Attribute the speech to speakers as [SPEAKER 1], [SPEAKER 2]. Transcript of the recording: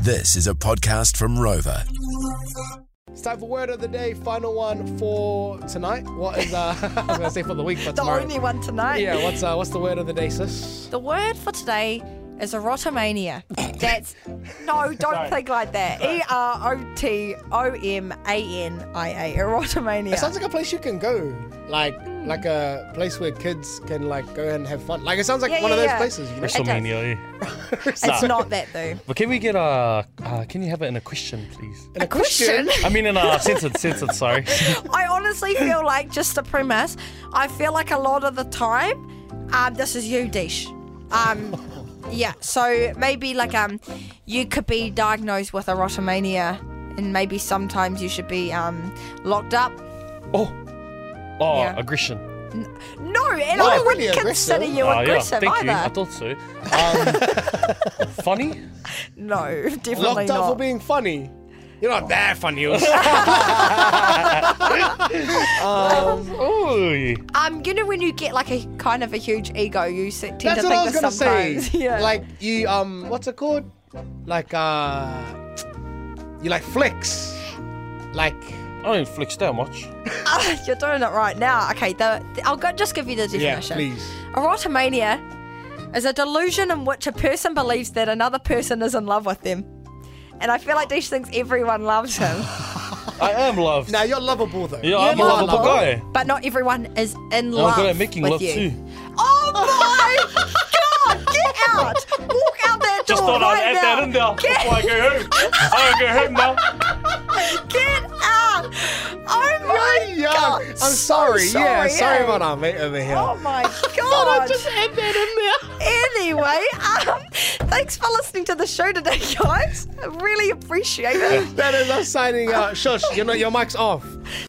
[SPEAKER 1] This is a podcast from Rover.
[SPEAKER 2] It's time for word of the day, final one for tonight. What is uh I was gonna say for the week, but
[SPEAKER 3] The
[SPEAKER 2] tomorrow.
[SPEAKER 3] only one tonight.
[SPEAKER 2] Yeah, what's uh what's the word of the day, sis?
[SPEAKER 3] The word for today is erotomania. That's no, don't think like that. E R O T O M A N I A. Erotomania.
[SPEAKER 2] It sounds like a place you can go. Like like a place where kids can like go and have fun. Like it sounds like
[SPEAKER 3] Yeah,
[SPEAKER 2] one of
[SPEAKER 3] yeah,
[SPEAKER 2] those places,
[SPEAKER 3] yeah.
[SPEAKER 2] you know.
[SPEAKER 3] does.
[SPEAKER 4] WrestleMania. eh?
[SPEAKER 3] it's not that though.
[SPEAKER 4] But can we get a? Uh, can you have it in a question, please?
[SPEAKER 2] And a
[SPEAKER 3] Question.
[SPEAKER 4] I mean, in a sentence. Sentence. Sorry.
[SPEAKER 3] I honestly feel like just a premise. I feel like a lot of the time, um, this is you, Dish. Um, yeah. So maybe like um, you could be diagnosed with erotomania, and maybe sometimes you should be um locked up.
[SPEAKER 4] Oh. Oh,
[SPEAKER 3] Yeah.
[SPEAKER 4] aggression.
[SPEAKER 3] No, and
[SPEAKER 2] Not
[SPEAKER 3] I
[SPEAKER 2] really
[SPEAKER 3] wouldn't
[SPEAKER 2] aggressive.
[SPEAKER 3] consider you
[SPEAKER 4] Ah, yeah.
[SPEAKER 3] aggressive
[SPEAKER 4] Thank
[SPEAKER 3] either.
[SPEAKER 4] you. I thought so. Um, funny.
[SPEAKER 3] No, definitely
[SPEAKER 2] Locked
[SPEAKER 3] not.
[SPEAKER 2] up for being funny. You're not that funny. um,
[SPEAKER 4] Ooh.
[SPEAKER 3] um, you know when you get like a kind of a huge ego, you se- tend
[SPEAKER 2] that's
[SPEAKER 3] to
[SPEAKER 2] what
[SPEAKER 3] think
[SPEAKER 2] I was
[SPEAKER 3] this
[SPEAKER 2] gonna
[SPEAKER 3] sometimes.
[SPEAKER 2] say.
[SPEAKER 3] yeah.
[SPEAKER 2] Like you um what's it called? Like uh you like flex. Like
[SPEAKER 4] I don't flex that much.
[SPEAKER 3] Ah, you're doing it right now. Okay, the, the- I'll go, just give you the
[SPEAKER 2] yeah,
[SPEAKER 3] definition.
[SPEAKER 2] please.
[SPEAKER 3] Erotomania is a delusion in which a person believes that another person is in love with them. And I feel like Dish thinks everyone loves him,
[SPEAKER 4] I am loved.
[SPEAKER 2] Now you're lovable though.
[SPEAKER 4] yeah, I'm a
[SPEAKER 3] you're
[SPEAKER 2] lovable.
[SPEAKER 4] lovable guy.
[SPEAKER 3] but not everyone is in
[SPEAKER 4] And I'm
[SPEAKER 3] love
[SPEAKER 4] good at making
[SPEAKER 3] with
[SPEAKER 4] love
[SPEAKER 3] you.
[SPEAKER 4] too.
[SPEAKER 3] Oh my god! Get out! Walk out that door
[SPEAKER 4] Just thought
[SPEAKER 3] right
[SPEAKER 4] I'd add
[SPEAKER 3] now.
[SPEAKER 4] that in there
[SPEAKER 3] Get,
[SPEAKER 4] before I go home. I go home now.
[SPEAKER 3] get out! Oh my
[SPEAKER 2] Yeah,
[SPEAKER 3] god!
[SPEAKER 2] I'm
[SPEAKER 3] So
[SPEAKER 2] sorry. yeah, sorry
[SPEAKER 3] eh?
[SPEAKER 2] about our mate over here.
[SPEAKER 3] Oh my
[SPEAKER 2] Thought
[SPEAKER 3] god!
[SPEAKER 2] I'd just add that in there.
[SPEAKER 3] Anyway, um, thanks for listening to the show today, guys. I really appreciate it. uh,
[SPEAKER 2] That is us signing out. Shush, you know your mic's off.